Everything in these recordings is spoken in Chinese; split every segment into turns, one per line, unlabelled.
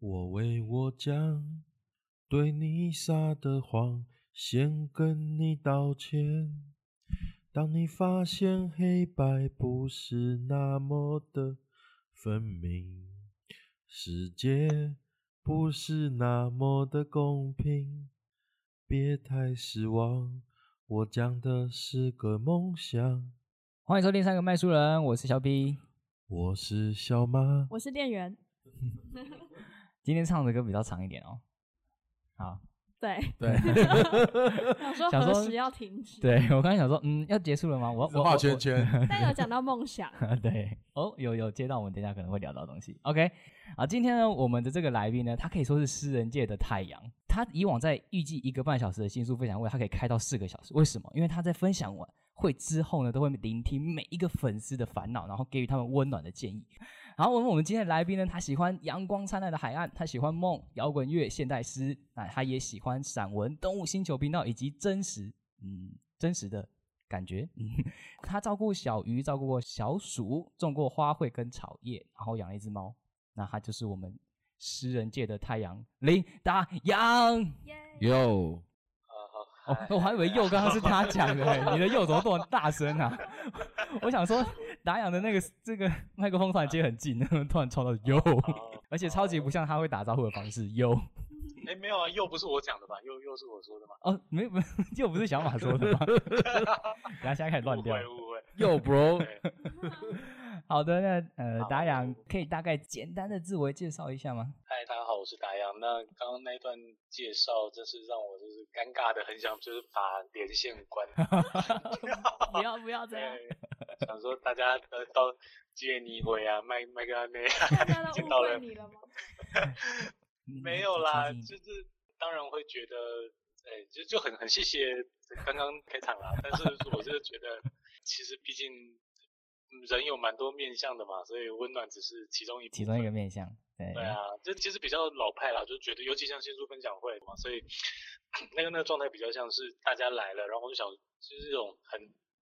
我为我讲对你撒的谎，先跟你道歉。当你发现黑白不是那么的分明，世界不是那么的公平，别太失望。我讲的是个梦想，
欢迎收听《三个卖书人》，我是小 B。
我是小马。
我是店员，
今天唱的歌比较长一点哦。好，
对，
对
想说
想说
何时要停止？，
对我刚才想说，嗯，要结束了吗？我我
画
我
圈圈。
但有讲到梦 想，
我对，哦，有有接到，我们等一下可能会聊到的东西。OK，啊，今天呢，我们的这个来宾呢，他可以说是诗人界的太阳。他以往在预计一个半小时的新书分享会，他可以开到四个小时。为什么？因为他在分享完会之后呢，都会聆听每一个粉丝的烦恼，然后给予他们温暖的建议。然后我们我们今天的来宾呢，他喜欢阳光灿烂的海岸，他喜欢梦、摇滚乐、现代诗，那他也喜欢散文、动物星球频道以及真实，嗯，真实的感觉。嗯，他照顾小鱼，照顾过小鼠，种过花卉跟草叶，然后养了一只猫。那他就是我们诗人界的太阳林达阳。
耶，
哟，
哦，
哎
我还以为又刚刚是他讲的欸，你的又怎么这么大声啊？我想说，达阳的那个这个麦克风突然接很近， 突然冲到又，而且超级不像他会打招呼的方式又。
哦哎，没有啊，又不是我讲的吧？又又是我说的嘛？
哦，没不又不是小马说 的吗？等下现在开始乱
误
掉。
会误会。哎
哟，bro，
对，
好的，那呃，
好
达阳可以大概简单的自我介绍一下吗？
嗨，大家好，我是达阳。那刚刚那一段介绍，真是让我就是尴尬的，很想就是把连线关。
不要不要这 样，
对，想说大家呃到借你回啊，麦麦克阿妹
大
啊，
家都
见
误
到
会
了
你了吗？
嗯
没有啦，
请
就
请
是当然会觉得，哎、就就很很谢谢刚刚开场啦。但是我是觉得，其实毕竟嗯人有蛮多面向的嘛，所以温暖只是其中一部
其中一
分
个面向，对
对啊，这其实比较老派啦，就觉得尤其像新书分享会嘛，所以那个那个状态比较像是大家来了，然后我就想就是这种很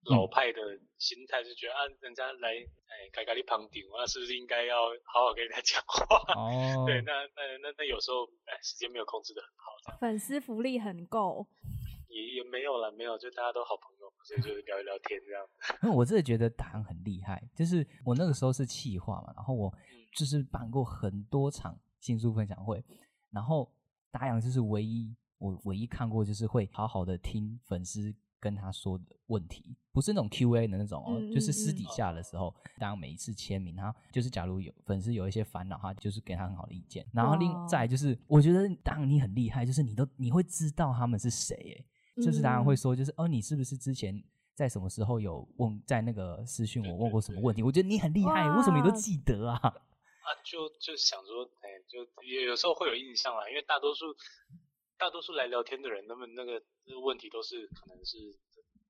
老派的心态，就觉得啊，人家来哎，改改你旁顶，那是不是应该要好好跟人家讲话？
哦，
对，那那那那有时候哎，时间没有控制的很好，这样
粉丝福利很够，
也也没有了，没有，就大家都好朋友嘛，所以就聊一聊天这样。
因为我真的觉得达阳很厉害，就是我那个时候是企划嘛，然后我
嗯
就是办过很多场新书分享会，然后达阳就是唯一我唯一看过就是会好好的听粉丝跟他说的问题，不是那种 Q A 的那种哦，
嗯
就是私
嗯嗯
底下的时候，达阳每一次签名，他就是假如有粉丝有一些烦恼，他就是给他很好的意见，然后另
哇
再来就是我觉得达阳你很厉害，就是你都你会知道他们是谁耶。就是当然会
嗯
说，就是哦，你是不是之前在什么时候有问，在那个私讯我
对
问
对
过什么
对
问题？我觉得你很厉害，为什么你都
哇
记得啊？
啊，就就想说，哎、就有有时候会有印象啦，因为大多数大多数来聊天的人，那么那个那个问题都是可能是，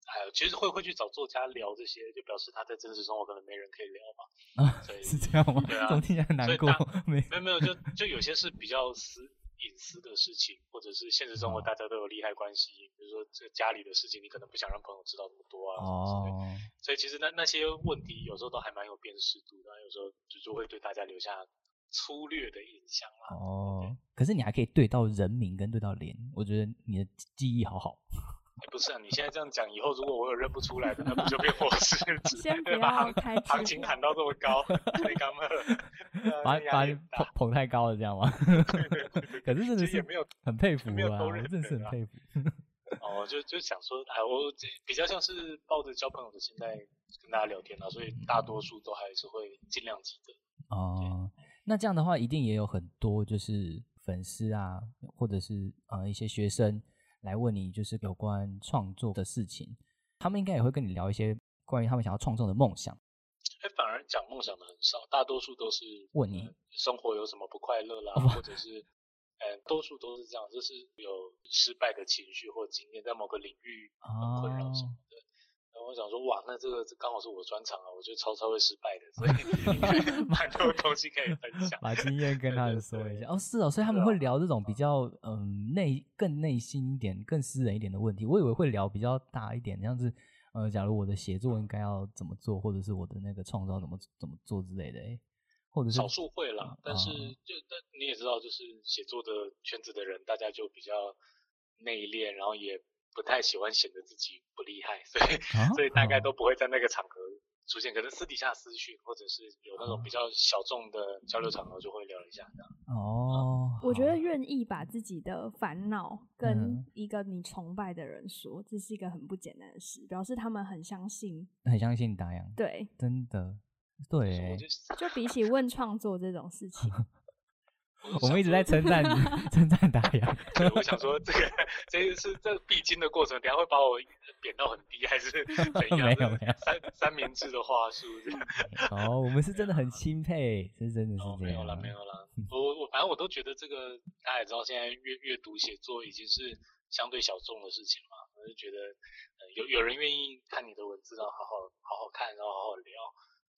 哎呦，其实会会去找作家聊这些，就表示他在真实生活可能没人可以聊嘛。
啊
所，以
是这样吗？
对啊
怎么听起来很
所
难
以
过
大？
没，
没有没有，就就有些是比较私隐私的事情，或者是现实生活
哦
大家都有利害关系，比如说这家里的事情，你可能不想让朋友知道那么多啊，什么之类的
哦，
所以其实那那些问题有时候都还蛮有辨识度的，啊有时候就就会对大家留下粗略的印象啦。
哦，可是你还可以对到人名跟对到脸，我觉得你的记忆好好。
哎不是啊，你现在这样讲，以后如果我有认不出来的，那不就变我失职？
先 不
对吧
要
行
开
行
支
情
票
喊到这么高，太刚 了，呃
把
那压
把
力
你
很
捧
大。
捧太高了，这样吗？ 可是真的
其实
是
也没有
很佩服
没有
啊，
都
我
认
真的是
得
很
啊
佩服。
哦，就就想说，哎，我这比较像是抱着交朋友的心态跟大家聊天啊，所以大多数都还是会尽量记得。
哦，那这样的话，一定也有很多就是粉丝啊，或者是呃一些学生来问你，就是有关创作的事情，他们应该也会跟你聊一些关于他们想要创作的梦想。
哎，反而讲梦想的很少，大多数都是
问你
呃生活有什么不快乐啦，
哦不
或者是，呃，多数都是这样，就是有失败的情绪或经验，在某个领域很困扰什
哦
么的。然后我想说，哇，那这个这刚好是我专长啊，我觉得超超会失败的，所以 应该蛮多东西可以分享。
把经验跟他
对
们
对
说一
对
下哦，是哦，所以他们
是
会
啊
聊这种比较嗯内更内心一点、更私人一点的问题。我以为会聊比较大一点，像是呃，假如我的写作应该要怎么做，或者是我的那个创造怎么怎么做之类的。诶或者是
少数会啦
嗯，
但是
嗯
就但你也知道，就是写作的圈子的人，大家就比较内敛，然后也不太喜欢显得自己不厉害，所以
啊
所以大概
嗯
都不会在那个场合出现，可能私底下私讯或者是有那种比较小众的交流场合就会聊一下这样。
哦，
我觉得
好
愿意把自己的烦恼
嗯
跟一个你崇拜的人说，这是一个很不简单的事，表示他们很相信。
很相信达阳，
对，
真的，
所
对
以我
欸，
就
就比起问创作这种事情，
就
我们一直
想
在
说
称赞 你，称赞达阳，
对，啊我想说这个这是这必经的过程，等一下会把我贬到很低，还是怎样？
没有
这
没有
三三明治的话术这 样。
哦，我们是真的很钦佩，是真的是
哦，
这
没有
样
啦，
啊，
没有啦。我我反正我都觉得这个大家也知道，现在阅阅读写作已经是相对小众的事情嘛。我就觉得，呃、有有人愿意看你的文字，然后好好好好看，然后好好聊，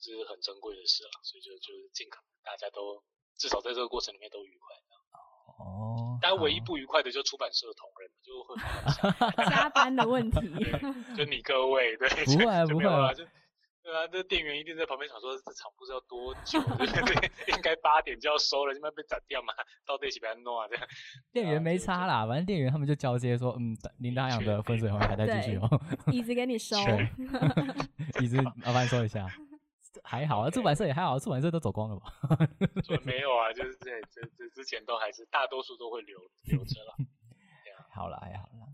这是很珍贵的事啊。所以就就是尽可能大家都至少在这个过程里面都愉快。
哦，
但唯一
好
不愉快的就出版社的同仁，就会发 现
加班的问题。
就你各位，对，
不会啊
就
不
没有
会啊
啊，就对啊，这店员一定在旁边想说，这场不知道多久，对不对？应该八点就要收了，你们被斩掉嘛，到底是被弄啊这样。
店员没差啦，反正店员他们就交接说，嗯，林达阳的分水还还在继续哦，
椅子给你收，
对， 椅子麻烦收一下。还好啊，出版社也还好，出版社都走光了吧？
说没有啊，就是这这这之前都还是大多数都会留留着 了。
好啦，还好啦。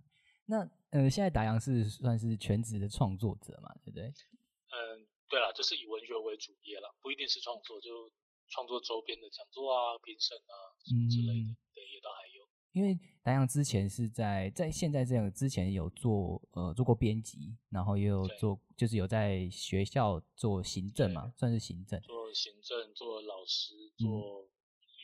那呃，现在达阳是算是全职的创作者嘛，对不对？
嗯，对了，就是以文学为主业了，不一定是创作，就创作周边的讲座啊、评审啊什么之类的，
嗯
对，也都还有。
因为南阳之前是在在现在这样，之前有做呃做过编辑，然后也有
对
做就是有在学校做行政嘛
对，
算是行政。
做行政、做老师、
嗯
做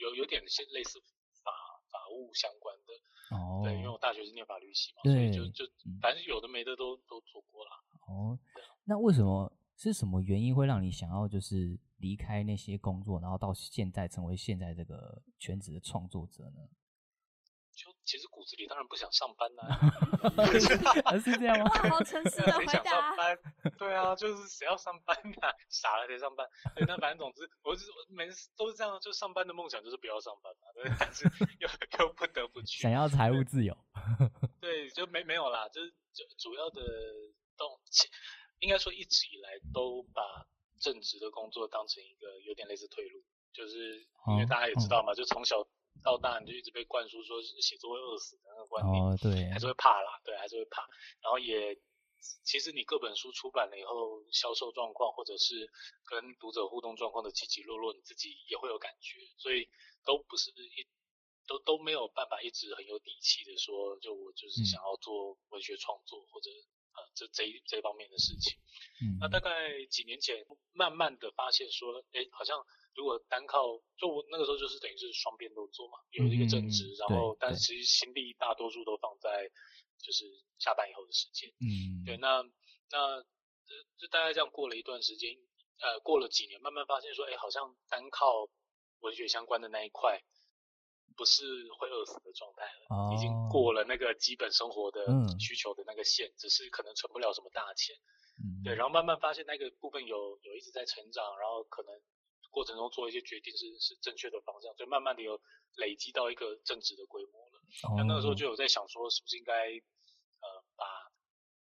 有有点像类似法法务相关的，
哦
对，因为我大学是念法律系嘛，所以就
对
就
嗯
反正有的没的都都做过啦。
哦，那为什么是什么原因会让你想要就是离开那些工作，然后到现在成为现在这个全职的创作者呢？
就其实骨子里当然不想上班 呐、 啊，
啊是这样吗？
哇，好诚实 的
谁
回
想
答
上。班？对啊，就是谁要上班呐、傻了谁上班？对，那反正总之，我就是每次都是这样，就上班的梦想就是不要上班嘛、对但是又又不得不去
想。要财务自 由，
对，就没没有啦，就是就主要的动，其应该说一直以来都把正职的工作当成一个有点类似退路，就是因为
哦
大家也
哦
知道嘛，就从小到大你就一直被灌输说写作会饿死的那个观念，
哦对
还，是会怕啦，对，还是会怕。然后也，其实你各本书出版了以后，销售状况或者是跟读者互动状况的起起落落，你自己也会有感觉，所以都不是一都都没有办法一直很有底气的说，就我就是
嗯
想要做文学创作或者呃这这一这方面的事情。
嗯
那大概几年前，慢慢的发现说，哎，好像如果单靠，就我那个时候就是等于是双边都做嘛，有一个正职，
嗯
然后
对
但
对
其实心力大多数都放在就是下班以后的时间。
嗯
对，那那这这大概这样过了一段时间，呃，过了几年，慢慢发现说，哎，好像单靠文学相关的那一块，不是会饿死的状态了。已经
哦
过了那个基本生活的
嗯
需求的那个线，只是可能存不了什么大钱。
嗯
对，然后慢慢发现那个部分有有一直在成长，然后可能过程中做一些决定是是正确的方向，所以慢慢的有累积到一个正值的规模了。那那个时候
哦，
就有在想说，是不是应该呃把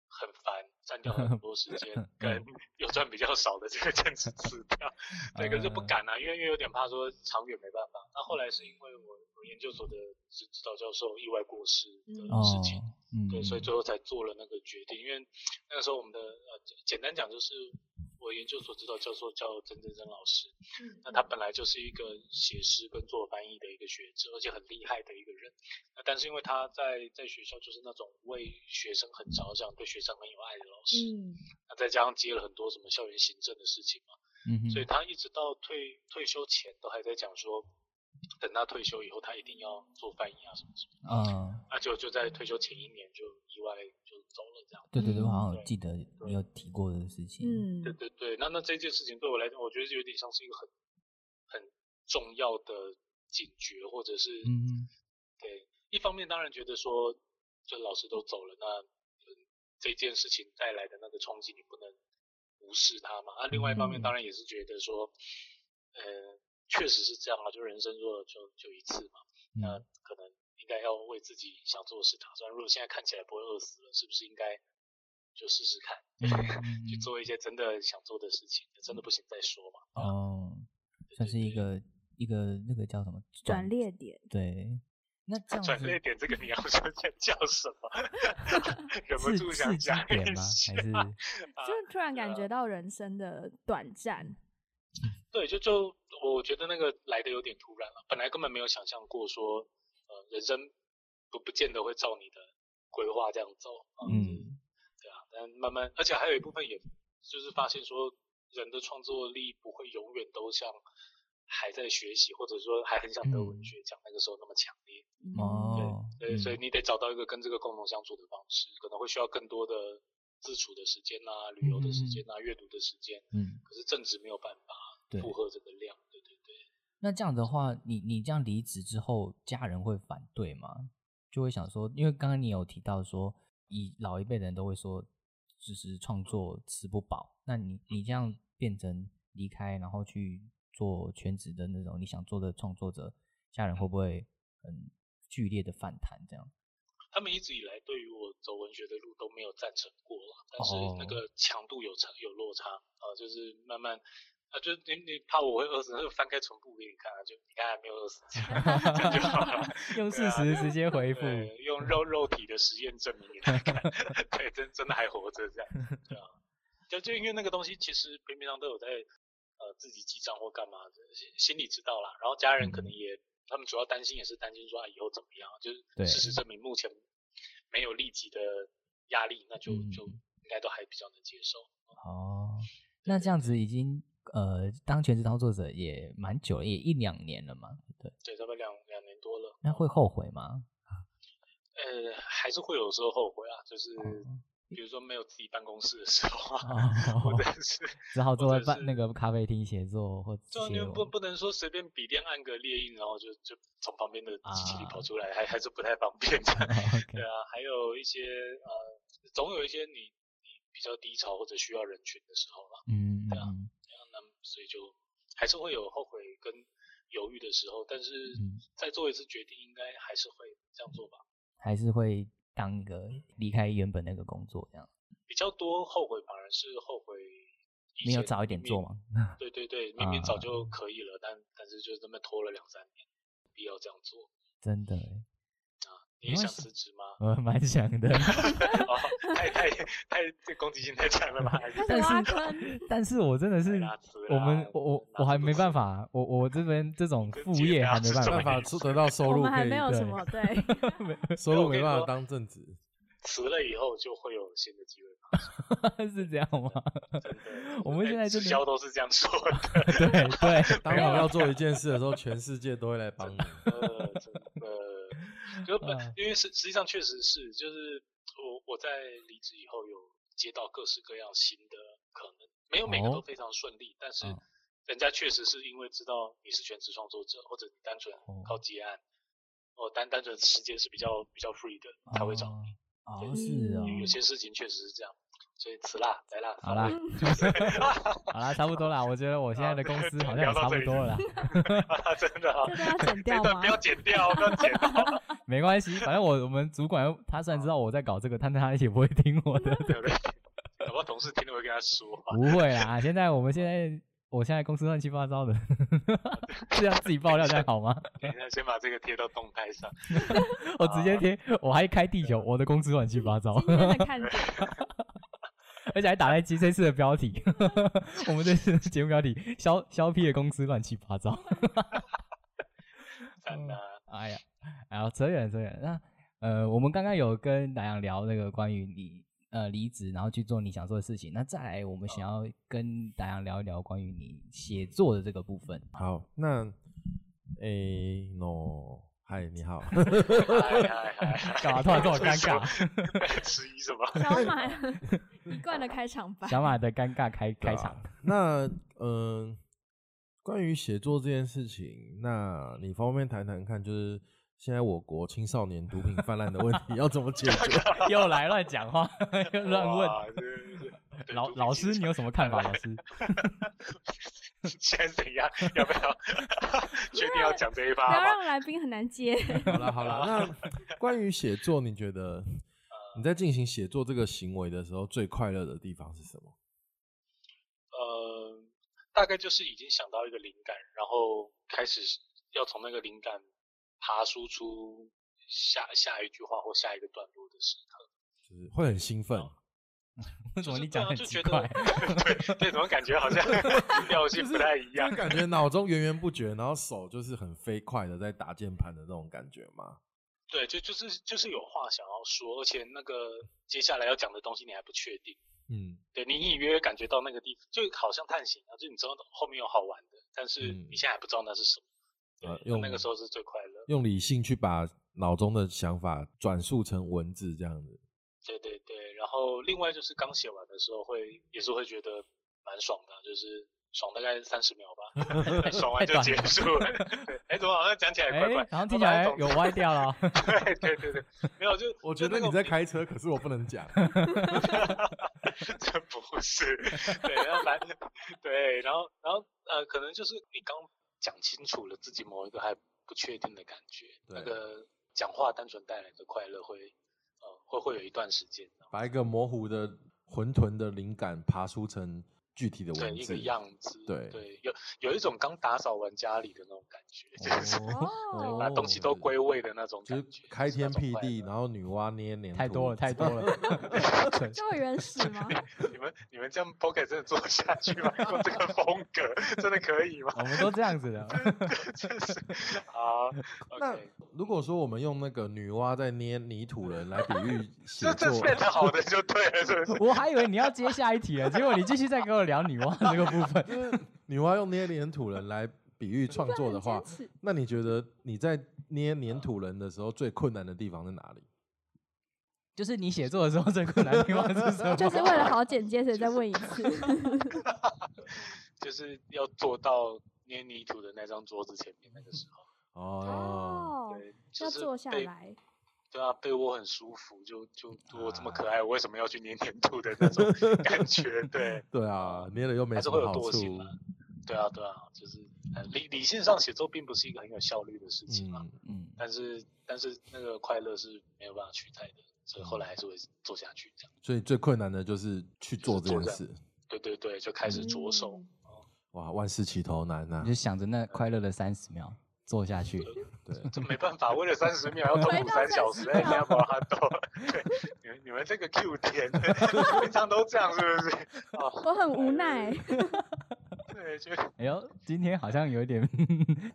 很烦占掉了很多时间跟有赚比较少的这个正职辞掉，对，可是不
嗯
敢啊，因为因为有点怕说长远没办法。那后来是因为我我研究所的指指导教授意外过世的
嗯
事情，
哦嗯
对，所以最后才做了那个决定。因为那个时候我们的呃，简简单讲就是我研究所指导教授叫曾真真老师，那他本来就是一个写诗跟做翻译的一个学者，而且很厉害的一个人。那但是因为他在在学校就是那种为学生很着想、对学生很有爱的老师，
嗯，
那再加上接了很多什么校园行政的事情嘛，
嗯哼
所以他一直到退退休前都还在讲说，等他退休以后他一定要做翻译啊什么什么。
啊，
那就就在退休前一年就意外就走了这样。
对对对，我
嗯
好像有
对
记得你有提过的事情。
嗯
对，对对，那那这件事情对我来讲，我觉得有点像是一个很很重要的警觉，或者是、
嗯
对，一方面当然觉得说，这老师都走了，那、嗯这件事情带来的那个冲击你不能无视它嘛。啊，另外一方
嗯
面当然也是觉得说，呃，确实是这样啊，就人生若就就一次嘛，那
嗯
可能应该要为自己想做的事打算。如果现在看起来不会饿死了，是不是应该就试试看，
嗯
去做一些真的想做的事情？真的不行再说嘛。对啊
哦，算是一个一个那个叫什么
转捩点，
对。那这样
啊转
子
捩点这个你要说这叫什 么？忍不
是
住想
刺激
讲一
点吗？
下
还是
啊
就突然
对
感
啊
觉到人生的短暂。
对，就就我觉得那个来的有点突然了，本来根本没有想象过说，呃，人生不不见得会照你的规划这样走，啊
嗯，
对啊，但慢慢，而且还有一部分也就是发现说，人的创作力不会永远都像还在学习，或者说还很想得文
嗯
学奖那个时候那么强烈，
嗯
哦，
对，所以
嗯
你得找到一个跟这个共同相处的方式，可能会需要更多的自处的时间啊，旅游的时间啊，阅读的时间，
嗯，
可是正职没有办法
对。
负荷这个量，对对对。
那这样的话，你你这样离职之后，家人会反对吗？就会想说，因为刚刚你有提到说，以老一辈的人都会说，就是创作吃不饱。那你你这样变成离开，然后去做全职的那种你想做的创作者，家人会不会很剧烈的反弹？这样，
他们一直以来对于我走文学的路都没有赞成过啦，但是那个强度有差有落差啊、就是慢慢啊，就是你你怕我会饿死，那就翻开存部给你看啊，就你看还没有饿死，这样就 好了。
用
对
事
啊
实直接回复，
对，啊用肉肉体的实验证明给他 看，对，真真的还活着这样，对啊，就就因为那个东西其实平平常都有在呃自己记账或干嘛的，心心里知道啦，然后家人可
嗯
能也、他们主要担心也是担心说啊以后怎么样，就是
对
事实证明目前没有立即的压力，那就
嗯
就应该都还比较能接受。
哦，那这样子已经呃当全职创作者也蛮久了，也一两年了嘛，对不对。
对，差不多两两年多了，
那会后悔吗？
呃，还是会有时候后悔啊，就是
哦
比如说没有自己办公室的时候啊，或
哦
者是
只好坐在
或者
办那
是
个咖啡厅写作或
就你
写
不
我
不能说随便笔电按个猎鹰，然后就就从旁边的机器里
啊
跑出来，还还是不太方便 的。
OK，
对啊，还有一些呃，总有一些你你比较低潮或者需要人群的时候啦，
嗯，
对啊
嗯
对啊那所以就还是会有后悔跟犹豫的时候，但是
嗯
再做一次决定，应该还是会这样做吧。
还是会当一个离开原本那个工作这样，
比较多后悔反而是后悔以
没有
前
早一点
明
做嘛？
对对对，明明早
啊
就可以了，但但是就这么拖了两三年，必要这样做。
真的欸，
你也
没关
想
系
辞职吗？
我蛮想的，
哦，太太太这攻击性太强了吧？还是
开始
但
挖
是
坑，
但是我真的是
拉直啦
我们我我
拉
我还
直
没
不
办
直
法，我我这边这 种
跟
副
解
业
答
还没
是
办
什
法
么没
办，法出得到收
我
入，
们还
可以
没有
对
什 么对，
收入没办
我
法
跟
当正 职，
辞了以后就会有新的机会吧？
是这样 吗？，
真的
我们
哎
现在
直
真的
销都是这样说 的，
对对，
当你要做一件事的时候，全世界都会来 帮你。
呃真的，就本
嗯
因为实实际上确实是，就是我我在离职以后有接到各式各样新的可能，没有每个
哦
都非常顺利，但是
嗯
人家确实是因为知道你是全职创作者，或者你单纯
哦
靠接案，哦，单单纯时间是比较比较 free 的，才会找你。
哦。
对
哦，是哦
有，
嗯
有些事情确实是这样，所以辞啦，来啦，
好啦
散会就是
好 啦，差不多啦。我觉得我现在的公司好像也差不多了啦，
啊 真的啊、
这都要剪
这
掉
段
吗
不？要剪掉，不要剪掉，
没关系，反正我我们主管他虽然知道我在搞这个，但他也不会听我 的，
对不对？搞不好同事听了会跟他说啊，
不会啦。现在我们现在我现在公司乱七八糟的， 是要自己爆料才好吗？
等一下先把这个贴到动态上。
我直
啊
接贴，我还开地球，我的公司乱七 八糟，
今天的看点，
而且还打在今这次的标题， 我们这次的节目标题“肖肖 P 的公司乱七八糟”。
赞啊！
哎呀，哎呀，扯远了扯远了。那呃，我们刚刚有跟南阳聊那个关于你呃离职，然后去做你想做的事情。那再来，我们想
嗯
要跟南阳聊一聊关于你写作的这个部分。
好，那诶、no，嗨，你 好，
嗯
嗨嗨 嗨嗨！
干嘛突然这么尴 尬？
尬？迟疑什么？
小马一贯的开场白，
小马的尴尬开
对
开
啊
场。。
那嗯、呃关于写作这件事情，那你方便谈谈看，就是现在我国青少年毒品泛滥的问 题要怎么解决？
又来乱讲话， 又乱问。
哇，这个是对
老
毒 品
老师，
精
你
神
有什么看法？
来
老师，
现在怎样？要 不要确定要讲这一
不要
趴吗？
让来宾很难接。
好了好了，那 关于写作，你觉
呃
得你在进行写作这个行为的时候，最快乐的地方是什么？
呃，大概就是已经想到一个灵感，然后开始要从那个灵感爬输出下下一句话或下一个段落的时刻。
就是会很兴
哦
奋，
为什么
就是
你
对
讲得
啊
很
就
奇
觉得
怪？
对对，怎么感觉 好像调性不太一样
就？感觉脑中源源不绝，然后手就是很飞快的在打键盘的那种感觉吗？
对，就就是就是有话想要说，而且那个接下来要讲的东西你还不确定，
嗯，
对你隐隐约约感觉到那个地方，就好像探险一样，就你知道后面有好玩的，但是
嗯
你现在还不知道那是什么。对
啊
呃，
那
用
那个时候是最快乐。
用理性去把脑中的想法转述成文字这样子。
对对对，然后另外就是刚写完的时候会也是会觉得蛮爽的，就是爽大概三十秒 吧，爽完就结束了。 对哎，怎么好像讲起来怪怪？
好像听起来
好吧
有歪掉 了。
对对对对，没有就
我觉得你在开车，可是我不能 讲。
这不是，对，然后反正对，然后然后呃，可能就是你刚讲清楚了自己某一个还不确定的感觉，那
对
个讲话单纯带来的快乐会呃会会有一段时间，
把一个模糊的、混沌的灵感爬梳成具体的
对
文
一
字
个。样子，
对
对，有有一种刚打扫完家里的那种感觉，就是
哦
把东西都归位的那种
就
感
是
觉，
开
是那
天
种
辟
快
地，
乐
然后女娲捏黏土
太多了，太多了。蠢
这么原始吗？
你们你们这样 p o c k e t 真的做得下去吗？ 用这个风格真的可以吗？
哦
我们都这样子的，
真是好
那
，OK。
如果说我们用那个女娲在捏泥土人来比 喻写
这这
作，
变得好的就对了，是 不是？
我还以为你要接下一题了，结果你继续再给我聊女 娲这个部 分。
就是女娲用捏黏土人来比喻创作的 话
很，坚持
那你觉得你在捏黏土人的时候最困难的地方在哪里？
就是你写作的时候最困难的地方是什么？
就是为了好剪接，所以再问一次。
就是要做到捏泥土的那张桌子前面那个时候，
哦，
哦，
对，就
要
是
坐下
被，
来，
对啊，被窝很舒服，就就
啊
我这么可爱，我为什么要去捏黏土的那种 感觉？对，
对啊，捏了又没
还是
什
会
么
有
好
惰性
处
嘛。。对啊，对啊，就是呃理理性上写作并不是一个很有效率的事情嘛，
嗯，
嗯，
但是但是那个快乐是没有办法取代的，所以后来还是会做下去这样。
所以最困难的就是去做这件
做这样
事。
对对对，就开始着手。
嗯
哇，万事起头难啊呐、
你就想着那快乐的三十秒做下去，
对，
这没办法，为了三十秒要痛
回
苦
到
三小
30
时，哎，
秒
没有办法斗。对，你们你们这个 Q 点，平常都这样是不是？啊，
嗯我很无奈。
对，就
啊
哎呦，今天好像有点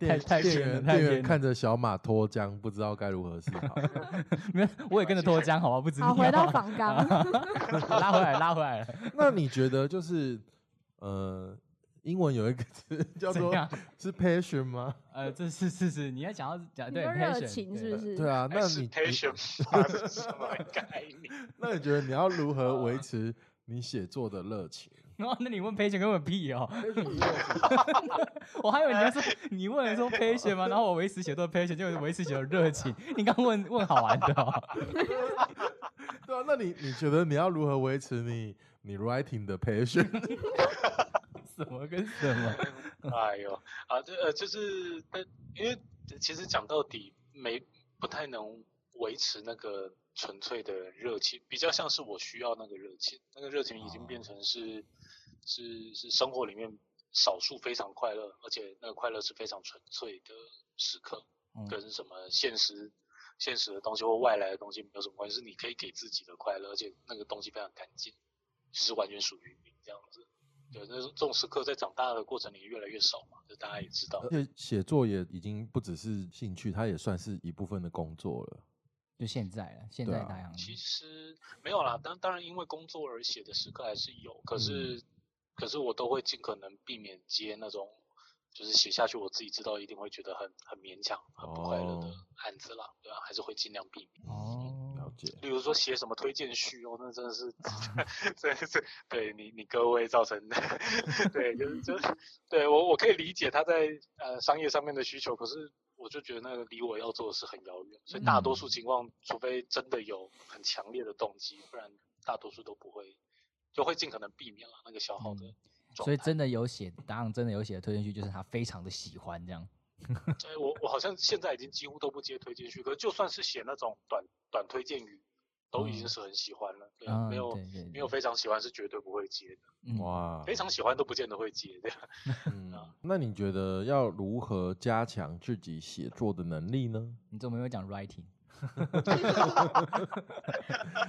太
店
太
店
偏了，
员
太
店
偏
员
了。
看着小马脱缰，不知道该如何是好。
没有，我也跟着脱缰，好吧，不止你。
好，回到访纲。
拉回来，拉回来了。
那你觉得就是呃，英文有一个词叫
怎
做
样？
是 passion 吗？
呃，这是是是，你要讲到讲
你
对
说热
patient，
情
对
是不 是？
对啊，
还
那
是
你
patient 吧这是什么概念？
那你觉得你要如何 维持你写作的热情？
然哦后那你问 patient 根本屁哦，我还以为你要 说你问人说 patient 吗？然后我维持写作 patient 就是维持写作热情。你刚问问好玩的哦，
对啊，那你你觉得你要如何维持你你 writing 的 passion？
什么跟什么？
哎呦，啊，这呃，就是但因为其实讲到底没不太能维持那个纯粹的热情，比较像是我需要那个热情，那个热情已经变成是、是是生活里面少数非常快乐，而且那个快乐是非常纯粹的时刻，
嗯
跟什么现实。现实的东西或外来的东西没有什么关系，是你可以给自己的快乐，而且那个东西非常干净，就是完全属于你这样子。对，那这种时刻在长大的过程里越来越少嘛，就大家也知道
而。且写作也已经不只是兴趣，它也算是一部分的工作了。
就现在了，现
对
在
啊
打烊。
其实没有啦，当当然因为工作而写的时刻还是有，可是、可是我都会尽可能避免接那种，就是写下去我自己知道一定会觉得很很勉强、很不快乐的
哦
案子啦，对吧、啊还是会尽量避免。
了
哦，
解。
例如说写什么推荐序哦，那真的是， 真的是对你你各位造成的， 对，就是就是对我我可以理解他在呃商业上面的需求，可是我就觉得那个离我要做的事很遥远，所以大
嗯
多数情况，除非真的有很强烈的动机，不然大多数都不会，就会尽可能避免了那个消耗的
嗯
状态。
所以真的有写，答案真的有写的推荐序，就是他非常的喜欢这样。
对我我好像现在已经几乎都不接推荐序，可是就算是写那种短短推荐语，都已经是很喜欢了。对，啊
嗯，
没有
对对
没有非常喜欢是绝对不会接的，
嗯
哇，
非常喜欢都不见得会接的。
嗯，那你觉得要如何加强自己写作的能力呢？
你怎么没有讲 writing？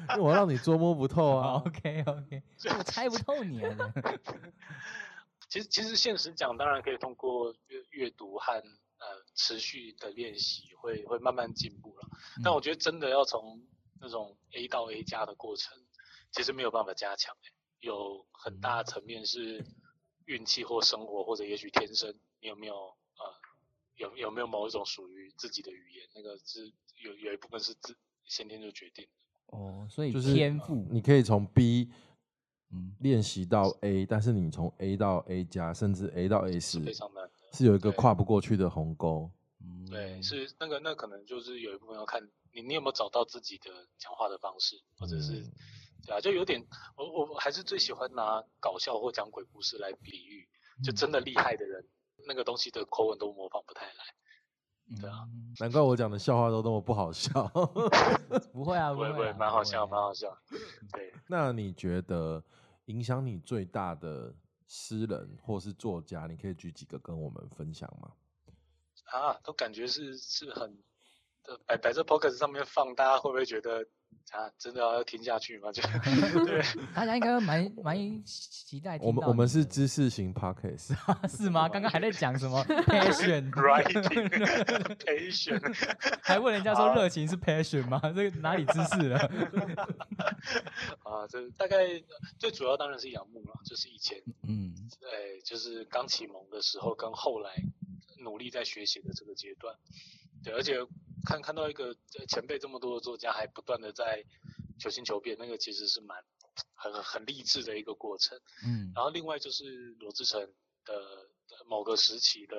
因为我让你捉摸不透
哦
啊。
，OK OK，我哦猜不透你啊。
其实其实现实讲，当然可以通过阅阅读和呃持续的练习，会会慢慢进步了。但我觉得真的要从那种 A 到 A 加的过程，其实没有办法加强、欸有很大层面是运气或生活，或者也许天生你有没有呃有有没有某一种属于自己的语言，那个是有有一部分是自先天就决定的。
哦，所以
就是
天赋，
你可以从 B
嗯，
练习到 A，但是你从 A 到 A 加，甚至 A 到 A
是
四，
非常难的。
是有一个
对
跨不过去的鸿沟。
嗯
对，是那个那可能就是有一部分要看你你有没有找到自己的讲话的方式，或者是、
嗯
对啊，就有点我我我还是最喜欢拿搞笑或讲鬼故事来比喻，就
嗯
真的厉害的人，那个东西的口吻都模仿不太来。对啊
嗯
难怪我讲的笑话都那么不好笑。
不会啊，
不会
啊
不会，蛮好笑，
不
蛮
会啊
好笑。 对，
那你觉得影响你最大的诗人或是作家，你可以举几个跟我们分享吗？
啊，都感觉是是很，呃摆摆在 Pocket 上面放，大家会不会觉得啊，真的要听下去吗？就对，
大家应该会蛮蛮期待听
我们
到
我们
你
是
的啊
知识型 podcast，
是吗？刚刚还在讲什 么 passion，
writing patient，
还问人家说热情是 passion 吗？ 这个哪里知识 了？
啊，这大概最主要当然是仰慕了，就是以前
嗯
哎，就是刚启蒙的时候跟后来努力在学习的这个阶段，对，而且看看到一个呃前辈这么多的作家还不断的在求新求变，那个其实是蛮很很励志的一个过程。
嗯，
然后另外就是罗志诚的的某个时期的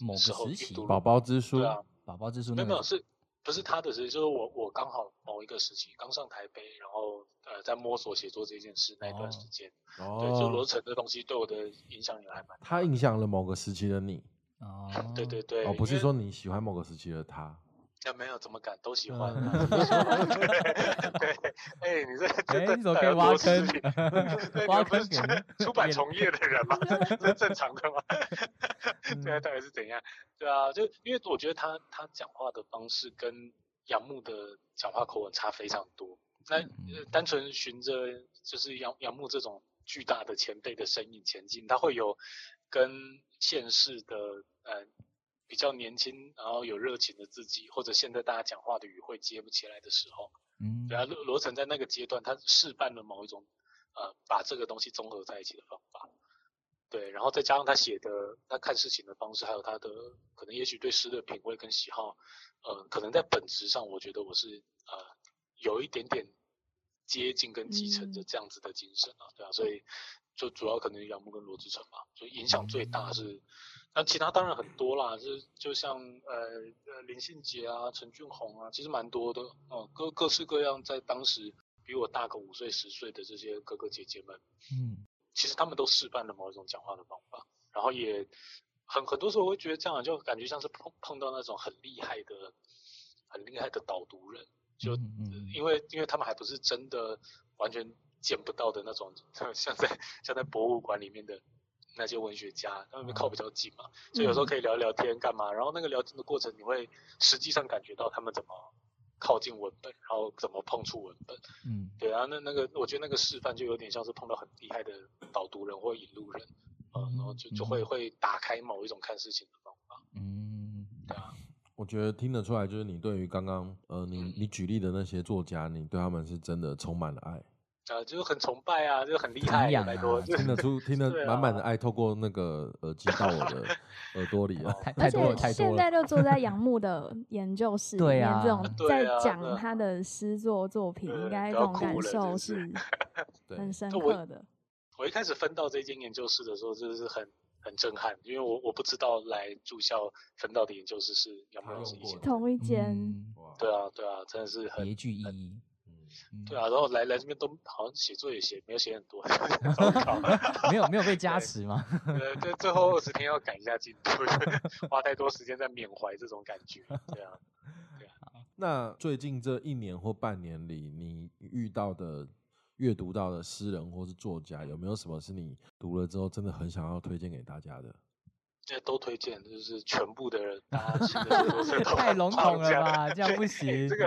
某个
时候
时
去
期
读
宝宝之书
对，啊，
宝宝之书
没
那
有没有
个
是。不是他的时期，就是我我刚好某一个时期刚上台北，然后呃在摸索写作这件事那一段时
哦
间，对，就罗
哦，
志诚的东西对我的影响也还蛮大。
他影响了某个时期的你，
哦，
对对对，
哦，不
因
是
为
说你喜欢某个时期的他，
那没有怎么敢都喜欢。啊
嗯
对，哎，你这
哎
这这
你怎么可以挖
多失
坑
礼对，
挖
你们不
坑
是
给
出
人
出版
给
从业的人嘛，这是正常的嘛。 对啊，到底是怎样？对啊，就因为我觉得他他讲话的方式跟杨牧的讲话口吻差非常多。那、呃、单纯循着就是杨杨牧这种巨大的前辈的身影前进，他会有跟现世的呃比较年轻，然后有热情的自己，或者现在大家讲话的语汇接不起来的时候，
嗯
对啊，罗罗成在那个阶段，他示范了某一种呃把这个东西综合在一起的方法，对，然后再加上他写的他看事情的方式，还有他的可能也许对诗的品味跟喜好，呃，可能在本质上，我觉得我是呃有一点点接近跟继承着
嗯
这样子的精神啊，对啊，所以就主要可能杨牧跟罗志成吧，就影响最大是。那其他当然很多啦，就是就像呃呃林信杰啊、陈俊宏啊，其实蛮多的哦、各各式各样，在当时比我大个五岁、十岁的这些哥哥姐姐们，
嗯
其实他们都示范了某一种讲话的方法，然后也很很多时候我会觉得这样就感觉像是碰碰到那种很厉害的、很厉害的导读人，就
嗯嗯嗯
因为因为他们还不是真的完全见不到的那种， 像在像在博物馆里面的那些文学家，他们靠比较近嘛，所以有时候可以聊聊天干嘛，然后那个聊天的过程，你会实际上感觉到他们怎么靠近文本，然后怎么碰触文本。
嗯
对啊，那那个我觉得那个示范就有点像是碰到很厉害的导读人或引路人，呃，然后就就
嗯
会会打开某一种看事情的方法。
嗯
对啊，
我觉得听得出来，就是你对于刚刚呃你
嗯
你举例的那些作家，你对他们是真的充满了爱，
呃，就是很崇拜啊，就很厉
敬
害，
仰
拜
啊
托，就
听 得出听得
对啊
满满的爱透过那个耳机到我的耳朵里 了。
太太
而
多了
且
太多
现
了
在，就坐在 杨牧的研究室里
对
面，
啊
这种
对
在
啊对
讲
啊
他的诗作作品，
对
应该
不
这
要
种感
哭了
受
真是
是
对
很深
就我
刻的。
我一开始分到这间研究室的时候，真的是很很震撼，因为我我不知道来住校分到的研究室是杨
他
牧老
用
师以
过
前
的
的。
同一间，
嗯
哇
啊对啊，对啊，真的是很
别具意义。
嗯
嗯
对啊，然后来来这边都好像写作也写没有写很多，糟糕。
没有没有被加持吗？
呃，对，最后二十天要赶一下进度， 花太多时间在缅怀这种感觉，对啊。
那最近这一年或半年里，你遇到的、阅读到的诗人或是作家，有没有什么是你读了之后真的很想要推荐给大家的？
这都推荐，就是全部的人， 大家吃的都是都
太笼统了吧，这样不
这
行。
个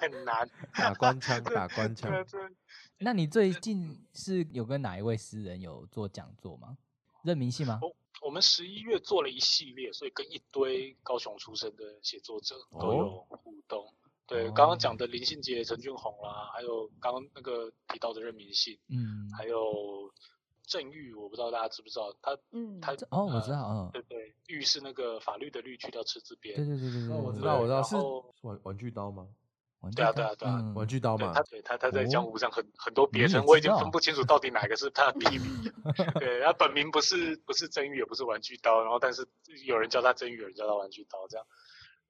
很 难，
打官 腔，
这
打官
这
腔。
个这
那你最近是有跟哪一位诗人有做讲座吗？任明信吗？
哦我们十一月做了一系列，所以跟一堆高雄出身的写作者都有
哦
互动。对，刚刚讲的林信杰、陈俊宏啦，还有刚刚那个提到的任明信，
嗯，
还有郑玉，我不知道大家知不知道，他
嗯，
他
这哦，我知
呃
道，嗯，
对对，玉是那个法律的律，去掉赤字边。
对对对对对，
哦我知
对
道，我知道
然
是
后
是玩玩具刀吗？
玩
对啊
具
对
刀
啊对啊
嗯
玩具刀
对
嘛
他，。对他他在江
哦
湖上很很多别
你也
称，我已
知
经
道
分不清楚到底哪个是他的地名。对，他本名不是不是真玉，也不是玩具刀，然后但是有人叫他真玉，有人叫他玩具刀，这样。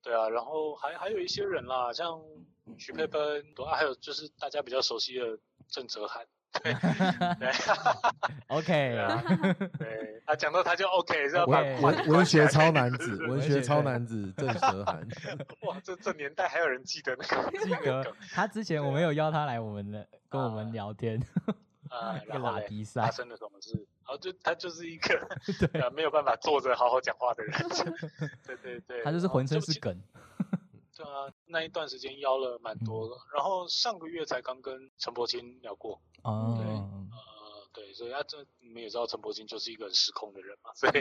对啊，然后还还有一些人啦，像许佩芬，啊，还有就是大家比较熟悉的郑哲涵。对对
OK，
对啊， 对啊，讲到他就 OK，是要把
文
话
文
题
文
关起
学
来
超男 子，文
文
学
学
超
对
男子郑哲 涵，
哇，这这年代还有人记得那个
记
那
得
个梗
他之前我们有邀他来我们的跟我们
啊
聊天，
啊，
一个
然后
拉
嘞
迪赛
发，生了什么事？然后就他就是一个 呃没有办法坐着好好讲话的人，对 对对，
他就是
然后
浑身
就是哦其
梗，
对啊，那一段时间邀了蛮多的，
嗯
然后上个月才刚跟陈柏青聊过，
哦，
呃，对，所以他这你们也知道陈柏青就是一个很失控的人嘛， 所以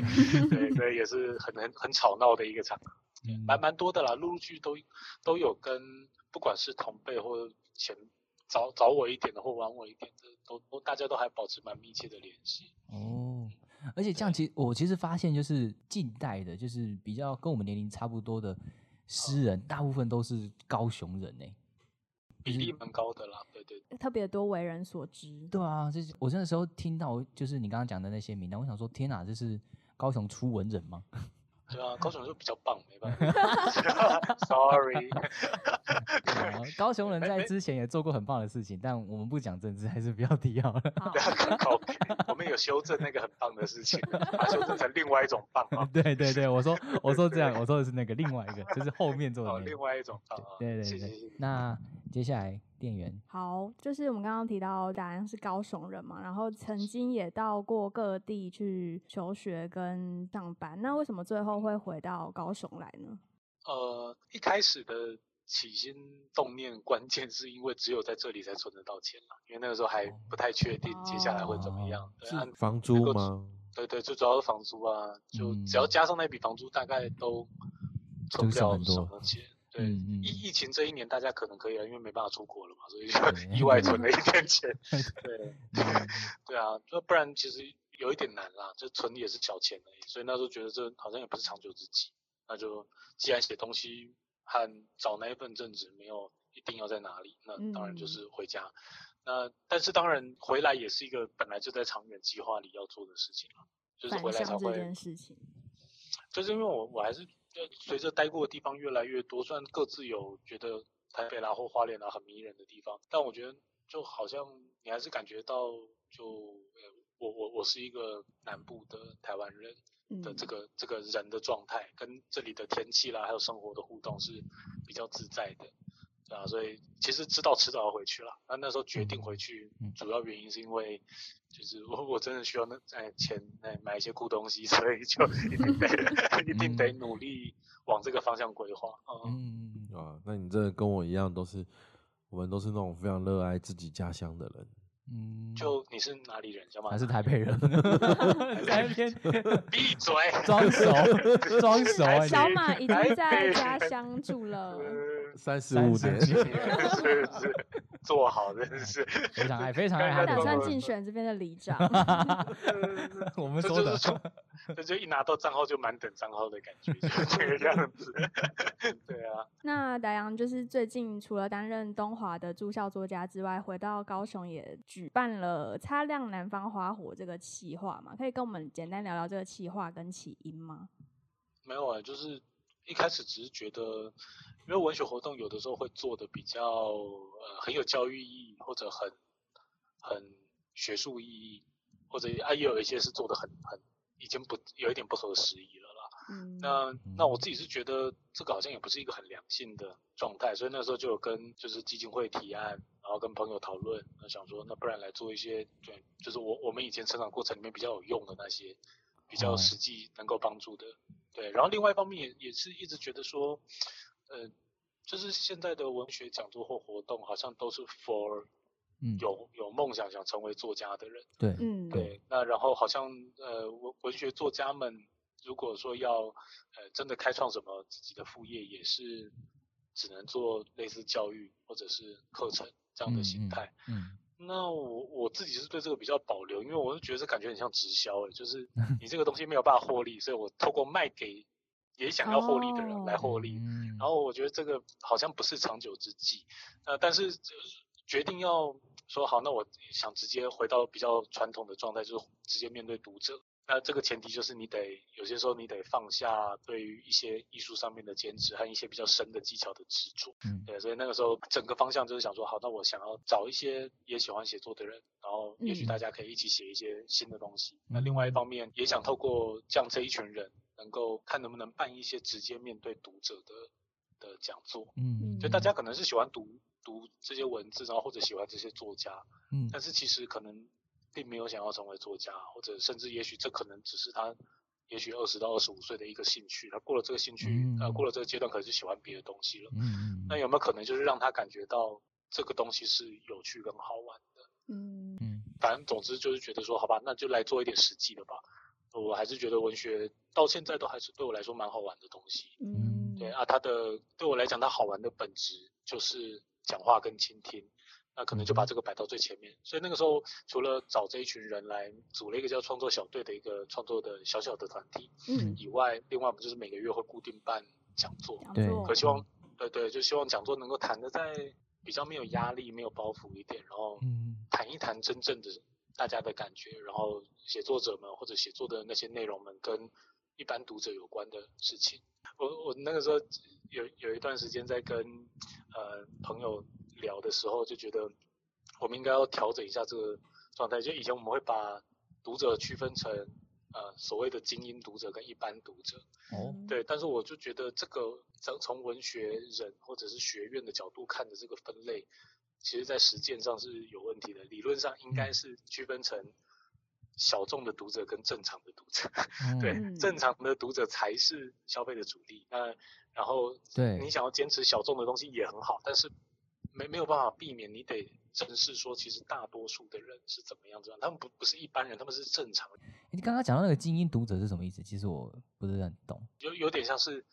对对也是很很很吵闹的一个场合，
嗯
蛮蛮多的啦，陆陆续续都都有跟不管是同辈或前早早我一点的或晚我一点的，都都大家都还保持蛮密切的联系。
哦，而且这样，其实我其实发现，就是近代的，就是比较跟我们年龄差不多的
哦
诗人，大部分都是高雄人呢、
比例蛮高的啦，对对
特别多为人所知。
对啊，就是我那时候听到，就是你刚刚讲的那些名单，我想说，天哪，啊这是高雄出文人吗？
对 啊，高雄就比较棒，没办法 ，sorry，
对啊高雄人
没
在
没
之前也做过很棒的事情，但我们不讲政治，还是不要提好 了。，
好
不，要看口碑，我们有修正那个很棒的事情，把它修正成另外一种棒啊
对对对，我说我说这样，我说的是那个另外一个，就是后面做
哦，
的那
另
个。
外一种棒啊，
对
谢
对
谢
对
谢谢，
那接下来店 员，
好，就是我们刚刚提到答案是高雄人嘛，然后曾经也到过各地去求学跟上班，那为什么最后会回到高雄来呢？
呃，一开始的起心动念，关键是因为只有在这里才存得到钱嘛，因为那个时候还不太确定接下来会怎么样
哦，
对啊，
房租
够
吗？
对对，最主要是房租啊，就只要
嗯
加上那笔房租，大概都
都
存不
少
了
很
什
多
么钱。对，
嗯嗯
疫疫情这一年大家可能可以了，因为没办法出国了嘛，所以
对
就意外存了一点钱。对
嗯
对啊，就不然其实有一点难啦，就存也是小钱而已，所以那时候觉得这好像也不是长久之计。那就既然写东西和找那一份正职没有一定要在哪里，那当然就
嗯
是回家。那但是当然回来也是一个本来就在长远计划里要做的事情了，就是
返
回来才
乡这
会
件事情，
就是因为我我还是就随着待过的地方越来越多，虽然各自有觉得台北啦或花莲啦很迷人的地方，但我觉得就好像你还是感觉到就呃我我我是一个南部的台湾人
嗯，
的这个这个人的状态，跟这里的天气啦还有生活的互动是比较自在的。对啊，所以其实知道迟早要回去了。那那时候决定回去
嗯，
主要原因是因为，就是我我真的需要那哎钱哎买一些酷东西，所以就一 定得一定得
嗯
努力往这个方向规划。嗯，
嗯，
啊，那你真的跟我一样，都是我们都是那种非常热爱自己家乡的人。
嗯，
就你是哪里人，小马？
还是台北 人，在那边
闭嘴！
装 熟装熟啊
台
你
小
北
马已经
台
在
北
家
人
乡住了，
呃
三十
35
五年，
年
是是，做好真的 是，
非常爱非常
看
爱他
他
一下对
打
中
算
国
竞选这边的里 长。
呃
我们
这
说
就
的
是从，这就一拿到账号就满等账号的感觉，就这个样子。 对啊，
那达阳就是最近除了担任东华的驻校作家之外，回到高雄也举办了“擦亮南方花火”这个企划嘛，可以跟我们简单聊聊这个企划跟起因吗？
没有啊，就是一开始只是觉得，因为文学活动有的时候会做的比较呃很有教育意义，或者很很学术意义，或者啊也有一些是做的很很已经不有一点不合时宜了啦。
嗯，
那那我自己是觉得这个好像也不是一个很良性的状态，所以那时候就有跟就是基金会提案，然后跟朋友讨论，那想说那不然来做一些对，就是我我们以前成长过程里面比较有用的那些，比较
哦
实际能够帮助的，对。然后另外一方面也也是一直觉得说，呃，就是现在的文学讲座或活动好像都是 for
嗯，
有有梦想想成为作家的人。
对，
嗯，
对，那然后好像呃，文文学作家们如果说要呃真的开创什么自己的副业，也是只能做类似教育或者是课程这样的
嗯
形
嗯
态。
嗯，
那我我自己是对这个比较保留，因为我是觉得这感觉很像直销、欸，就是你这个东西没有办法获利，所以我透过卖给也想要获利的人来
哦
获利。
嗯
然后我觉得这个好像不是长久之计，呃，但是呃决定要说好，那我想直接回到比较传统的状态，就是直接面对读者。那这个前提就是你得有些时候你得放下对于一些艺术上面的坚持和一些比较深的技巧的执着，
嗯
对，所以那个时候整个方向就是想说，好，那我想要找一些也喜欢写作的人，然后也许
嗯
大家可以一起写一些新的东西。那
嗯
另外一方面也想透过这样这一群人，能够看能不能办一些直接面对读者的的讲座。
嗯，
就大家可能是喜欢读读这些文字，然后或者喜欢这些作家，
嗯
但是其实可能并没有想要成为作家，或者甚至也许这可能只是他。也许二十到二十五岁的一个兴趣，他过了这个兴趣，呃，
嗯
过了这个阶段，可能就喜欢别的东西了。
嗯
那有没有可能就是让他感觉到这个东西是有趣跟好玩的？
嗯
嗯
反正总之就是觉得说，好吧，那就来做一点实际的吧。我还是觉得文学到现在都还是对我来说蛮好玩的东西。
嗯，
对，啊，它的对我来讲，它好玩的本质就是讲话跟倾听。那可能就
嗯
把
哼
这个摆到最前面。所以那个时候，除了找这一群人来组了一个叫创作小队的一个创作的小小的团体
嗯，
以外，另外我们就是每个月会固定办讲座。
讲
对
座
可，希望，对对，就希望讲座能够谈的再比较没有压力、没有包袱一点，然后
嗯
谈一谈真正的大家的感觉，然后写作者们或者写作的那些内容们跟一般读者有关的事情。我我那个时候有有一段时间在跟呃朋友聊的时候，就觉得我们应该要调整一下这个状态。就以前我们会把读者区分成呃所谓的精英读者跟一般读者，
哦
嗯，
对，但是我就觉得这个从从文学人或者是学院的角度看的这个分类，其实在实践上是有问题的。理论上应该是区分成小众的读者跟正常的读者，对，
嗯
正常的读者才是消费的主力。那然后
对
你想要坚持小众的东西也很好，但是没没有办法避免，你得正视说，其实大多数的人是怎么样怎么啊样，他们不不是一般人，他们是正常人
你刚刚讲到那个精英读者是什么意思？其实我不是很懂。
有有点像是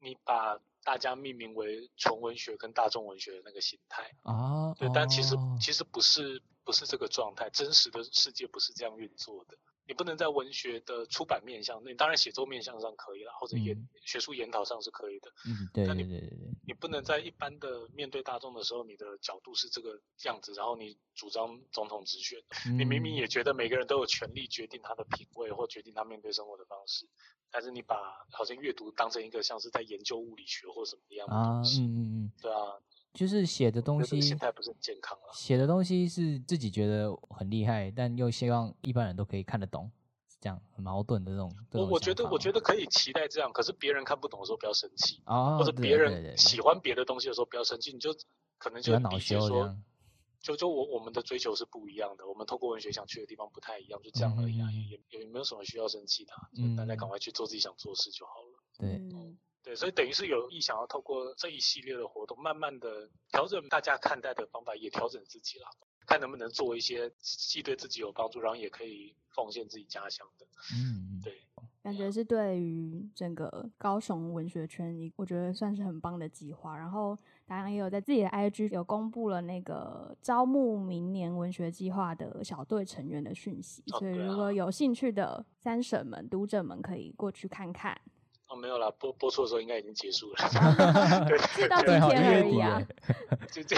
你把大家命名为纯文学跟大众文学的那个形态，
啊，
对，但其实
哦
其实不是不是这个状态，真实的世界不是这样运作的。你不能在文学的出版面向，那当然写作面向上可以啦，或者研、
嗯
学术研讨上是可以的。
嗯，对
那
对
你
对对对，
你不能在一般的面对大众的时候，你的角度是这个样子，然后你主张总统直选， 你明明
嗯
也觉得每个人都有权利决定他的品味或决定他面对生活的方式，但是你把好像阅读当成一个像是在研究物理学或什么一样的
啊
东，西，
嗯嗯嗯，
对啊，
就是写的东
觉得这
西
个心态不是很健康啊了。
写的东西是自己觉得很厉害，但又希望一般人都可以看得懂，是这样很矛盾的这种。
我我觉得我觉
得
得可以期待这样，可是别人看不懂的时候不要生气，
啊，
或者
对
别
对对
人
对
喜欢别的东西的时候不要生气，你就可能
比
就
较恼
理解
羞这
说
样，。
就就我我们的追求是不一样的，我们透过文学想去的地方不太一样，就这样而已啊，
嗯嗯嗯
也也也没有什么需要生气的啊，就大家赶
嗯
快去做自己想做的事就好了。
对，
嗯
对，所以等于是有意想要透过这一系列的活动，慢慢的调整大家看待的方法，也调整自己啦，看能不能做一些既对自己有帮助，然后也可以奉献自己家乡的。
嗯，嗯
对，
感觉是对于整个高雄文学圈，一我觉得算是很棒的计划。然后达阳也有在自己的 IG 有公布了那个招募明年文学计划的小队成员的讯息，
哦
所以
对
如
啊
果有兴趣的三婶们、读者们可以过去看 看。
哦，没有啦，播播出的时候应该已经结束了。
这到
对
今
哈，一
天而
月
已
底
啊
耶，
就 这，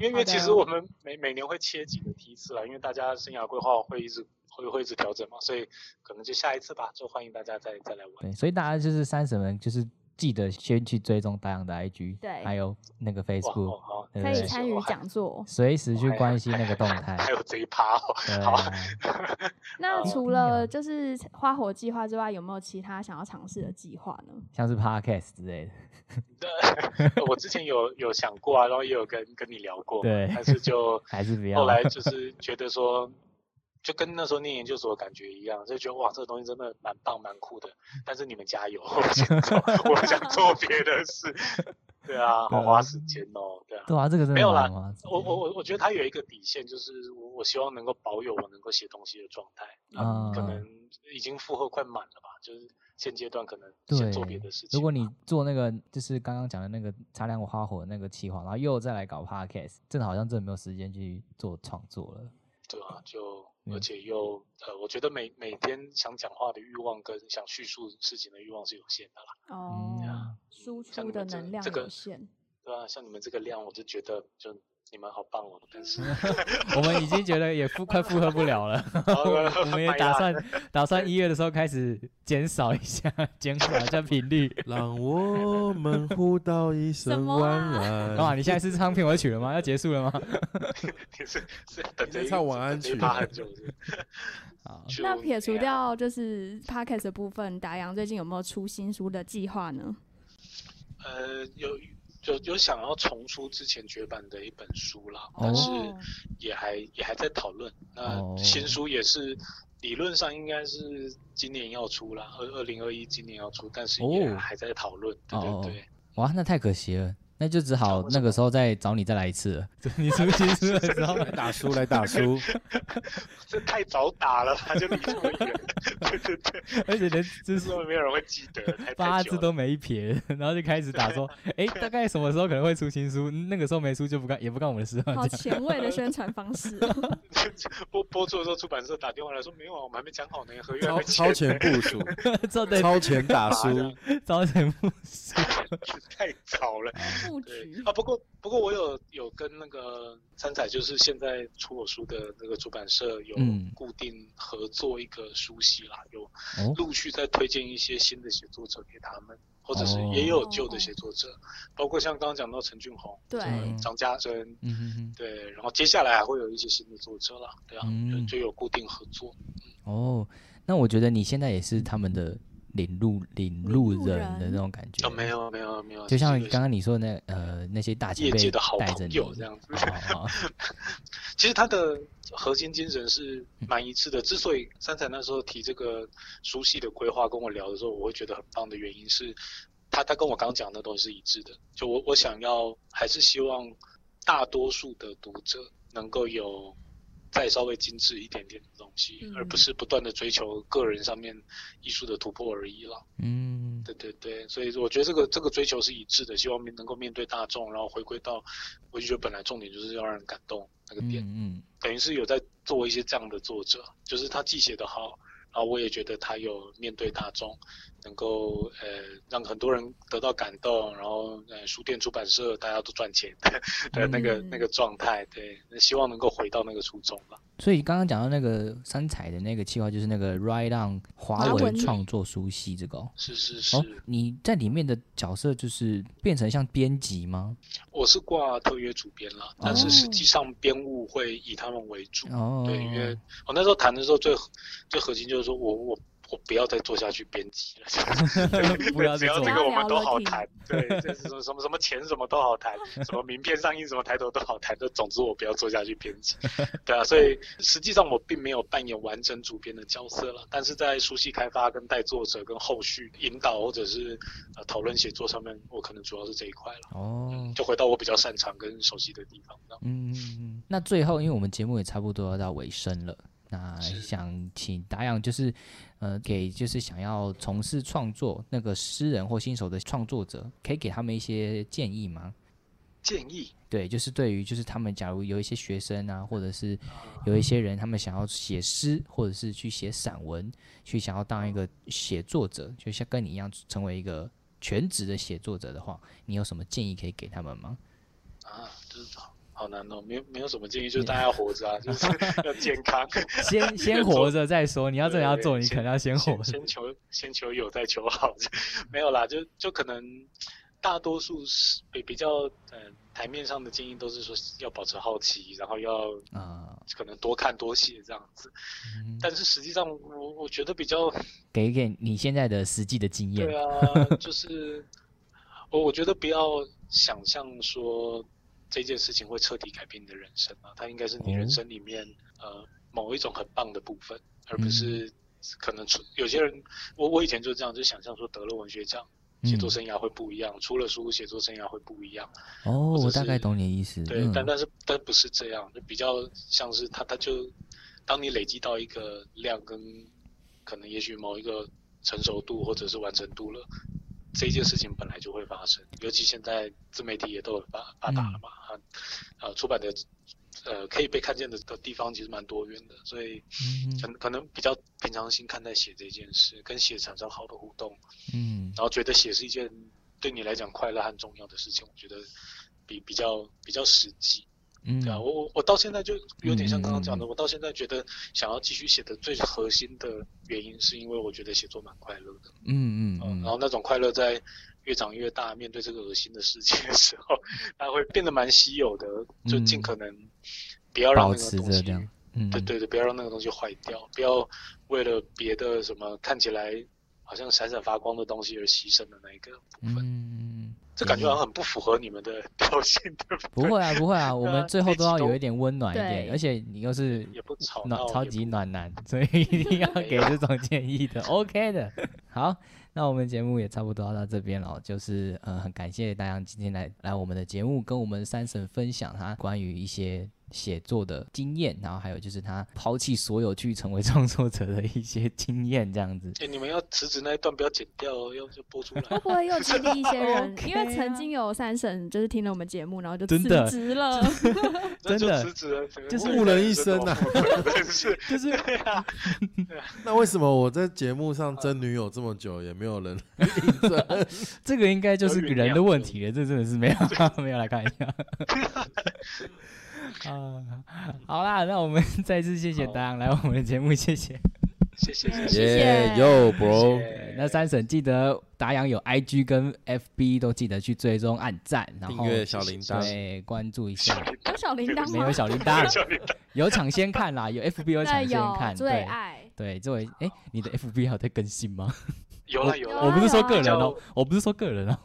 因为因为其实我们每每年会切几个梯次啦，因为大家生涯规划会一直会会一直调整嘛，所以可能就下一次吧，就欢迎大家再再来玩。
对，所以大家就是三婶们，就是记得先去追踪大洋的 IG，
对
还有那个
哇，
Facebook，
哦好，
对
可
对
以
对
参与讲
哦
座。
随时去
还
关心那个动态。
还有这一趴哦，
对
好，
那
哦
除
一定要
了就是花火计划之外，有没有其他想要尝试的计划呢？
像是 Podcast 之类的，
对我之前有有想过啊，然后也有跟跟你聊过，
对
但是 就
还是不要
后来就是觉得说，就跟那时候念研究所的感觉一样，就觉得哇，这个东西真的蛮棒蛮酷的。但是你们加油，我先走，我想做别的事。对啊，好花时间哦，对啊。
对啊，这个真
没
的
有
蛮
啦
麻烦
我我我我觉得它有一个底线，就是我我希望能够保有我能够写东西的状态，
啊
可能已经负荷快满了吧，就是现阶段可能
对
先做别的事情吧。
如果你做那个就是刚刚讲的那个茶凉花火的那个企划，然后又再来搞 Podcast，真的好像真的没有时间去做创作了。
对啊，就
嗯
而且又呃，我觉得每每天想讲话的欲望跟想叙述事情的欲望是有限的啦，
哦，
嗯，
输
像
出
你
的
们这
能量
这
有
个
限。
对啊，像你们这个量，我就觉得就你们好棒哦，但是
我们已经觉得也负 快负荷不了了， 我们也
哎
打算打算一月的时候开始减少一下，减少一下频率。
让我们互道一声
么
晚
啊
安。
哇，你现在是唱片尾曲了吗？要结束了吗？
你是是等
你
着
在
一
唱晚安
等着一
曲
趴很久是
好
不是
那
就
撇除
哎呀
掉就是 podcast 的部分，达阳最近有没有出新书的计划呢？
呃有有有想要重出之前绝版的一本书啦，
哦
但是也还也还在讨论。那
哦
新书也是理论上应该是今年要出啦，二二零二一今年要出，但是也
哦
还在讨论。
哦
对
哦
对对。
哇，那太可惜了，那就只好
为什
那个
么
时候再找你再来一次了。 你出新书的时候
来打书来打书，
这太早打了，他就离这么 远，对对对，
而且连就
就是是没有人会记 得，太
八
太
字
久
都
了。
没一撇，然后就开始打说，哎、大概什么时候可能会出新书？嗯那个时候没出就不干，也不干我们的事啊。
好
这样
前卫的宣传方 式哦、
播播出的时候，出版社打电话来说，没有啊，我们还没讲好呢，合约还
超超
没签
前
呢，
部署，
做对
超前打书。
招前不是
太早了。
布
对
局
啊，不过不过我有有跟那个三彩，就是现在出我书的那个出版社有
嗯
固定合作一个书系啦，有
哦
陆续在推荐一些新的写作者给他们，或者是也
哦
有旧的写作者，包括像刚刚讲到陈俊宏、
对
嗯
张家珍、
嗯哼
对，然后接下来还会有一些新的作者啦，对啊，
嗯
就就有固定合作。
哼，哦，那我觉得你现在也是他们的领路领路
路
人
人
的那种感觉，
哦，没，有没有没有，
就像
是
刚刚你说的那呃那些大前
业
辈
界的好
带着
朋
你
友这样子。
哦哦
其实他的核心精神是蛮一致的。之所以三彩那时候提这个书系的规划跟我聊的时候，我会觉得很棒的原因是，他他跟我刚讲的东西是一致的。就我我想要还是希望大多数的读者能够有再稍微精致一点点的东西，
嗯
而不是不断的追求个人上面艺术的突破而已了。
嗯，
对对对，所以我觉得这个这个追求是一致的，希望能够面对大众，然后回归到文学本来重点就是要让人感动那个点，
嗯
等于是有在做一些这样的作者，就是他既写得好，然后我也觉得他有面对大众，能够呃让很多人得到感动，然后呃书店出版社大家都赚钱的的那个、那个状态，对，希望能够回到那个初衷吧。
所以刚刚讲到那个三彩的那个计划，就是那个 Ride On 华
华
文
文
创作书系这个、哦。
是是是，
哦，你在里面的角色就是变成像编辑吗？
我是挂特约主编啦，但是实际上编务会以他们为主。
哦，
对，因为我那时候谈的时候最核最核心就是说我我我不要再做下去编辑 了，对
不要再
只要
做
这个我们都好
不要聊
谈，对，就是什么什么什么钱什么都好谈，什么名片上印什么抬头都好谈，就总之我不要做下去编 辑，对啊，所以实际上我并没有扮演完整主编的角色了，但是在书系开发跟带作者跟后续引导或者是呃讨论写作上面，我可能主要是这一块了，
哦，
就回到我比较擅长跟熟悉的地方，这样
嗯，嗯嗯那最后因为我们节目也差不多要到尾声了，那
是
想请达阳就是呃给就是想要从事创作那个诗人或新手的创作者，可以给他们一些建议吗？
建议。
对，就是对于就是他们，假如有一些学生啊，或者是
呃
有一些人，他们想要写诗，或者是去写散文，去想要当一个写作者，就像跟你一样成为一个 全职的写作者的话，你有什么建议可以给他们吗？
啊，就是好好难哦，没有没有什么建议，就是大家要活 着啊，就是要健康，
先先活着再说，你要真的要做，
对
你可能要 先活着。
先求先求有，再求好。没有啦，就就可能大多数是比比较呃台面上的建议都是说要保持好奇，然后要
啊，
可能多看多写这样子。
嗯
但是实际上我我觉得比较
给一给你现在的实际的经验
对，啊，就是我我觉得不要想象说这件事情会彻底改变你的人生啊，它应该是你
哦
人生里面、呃某一种很棒的部分，而不
嗯
是可能出有些人，我我以前就这样，就想象说得了文学奖，写作
嗯
生涯会不一样，出了书写作生涯会不一样。
哦，
或者
我大概
是
懂你的意思。
对，
嗯
但但是但不是这样，就比较像是他他就，当你累积到一个量跟可能也许某一个成熟度或者是完成度了，这件事情本来就会发生。尤其现在自媒体也都很发发达了嘛，啊、
嗯
呃，出版的呃可以被看见的的地方其实蛮多元的，所以
嗯
可能可能比较平常心看待写这件事，跟写产生好的互动，
嗯，
然后觉得写是一件对你来讲快乐和重要的事情，我觉得比比较比较实际。
嗯
对啊，我我我到现在就有点像刚刚讲
嗯
的，我到现在觉得想要继续写的最核心的原因，是因为我觉得写作蛮快乐的，哦
嗯嗯嗯，
然后那种快乐在越长越大，面对这个恶心的世界的时候，它会变得蛮稀有的，就尽
嗯
可能不要让
保
那个
持
东
着
西
这，样，嗯，
对对对，不要让那个东西坏掉，不要为了别的什么看起来好像闪闪发光的东西而牺牲的那一个部
嗯，
分，
嗯，
这感觉好像很不符合你们的 调性，对不对？
不会啊，不会啊，我
对
们
啊
最后都
这集
要有
都
一点温暖一点，
对
而且你又是
也不吵
暖
闹，
超
也不
级暖男，所以 一定要给这种建议的，OK 的。好，那我们节目也差不多要到这边了，就是呃，很感谢大洋今天来来我们的节目，跟我们三婶分享他关于一些。写作的经验，然后还有就是他抛弃所有去成为创作者的一些经验，这样子。
哎、你们要辞职那一段不要剪掉哦，要就播出来。
会 不会又激励一些 人
OK
因为
啊
曾经有三婶就是听了我们节目，然后就
真的
辞职 了。
那
真的
就辞职了，整个
就是
误人一生啊
真是
就是
对啊，
那为什么我在节目上争女友这么久，也没有人应征？
这个应该就是
有酝
人的
酿
问
就
题了，这真的是没有 没有来看一 下。啊，好啦，那我们 再次谢谢
好
达阳来我们的节目，谢谢。
谢谢
谢
谢谢
谢
yo
谢
bro，
谢
那三婶记得达阳有 IG 跟 FB 都记得去追踪、按赞，然
订
后
阅小铃铛，
对关注一
小
下。
铃铛
有小铃铛
没
吗？
有小铃 铛，
小铃铛，
有抢先看啦，有 FB 有抢
对，
先
有
看，
最
对
爱。
对，作为哎，你的 FB 还有在更新 吗？
有了有了，
我不是说
有啊
个人哦
比，
我不是说个人哦，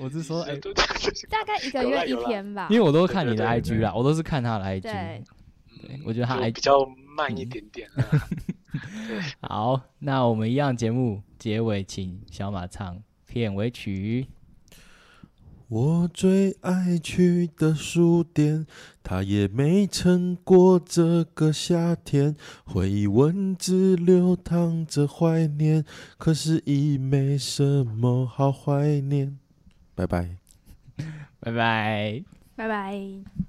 我是说哎，
对 对对
大概一个
有啦
月一
有啦
天吧
因为，我都看
对
你的
对对
IG 啦，我都是看他的 IG
对。
对我觉得他
就
还
比较慢一点点啊。
好，那我们一样节目结尾，请小马唱片尾曲。
我最爱去的书店，它也没撑过这个夏天。回忆文字流淌着怀念，可是已没什么好怀念。拜拜。
拜拜。
拜拜。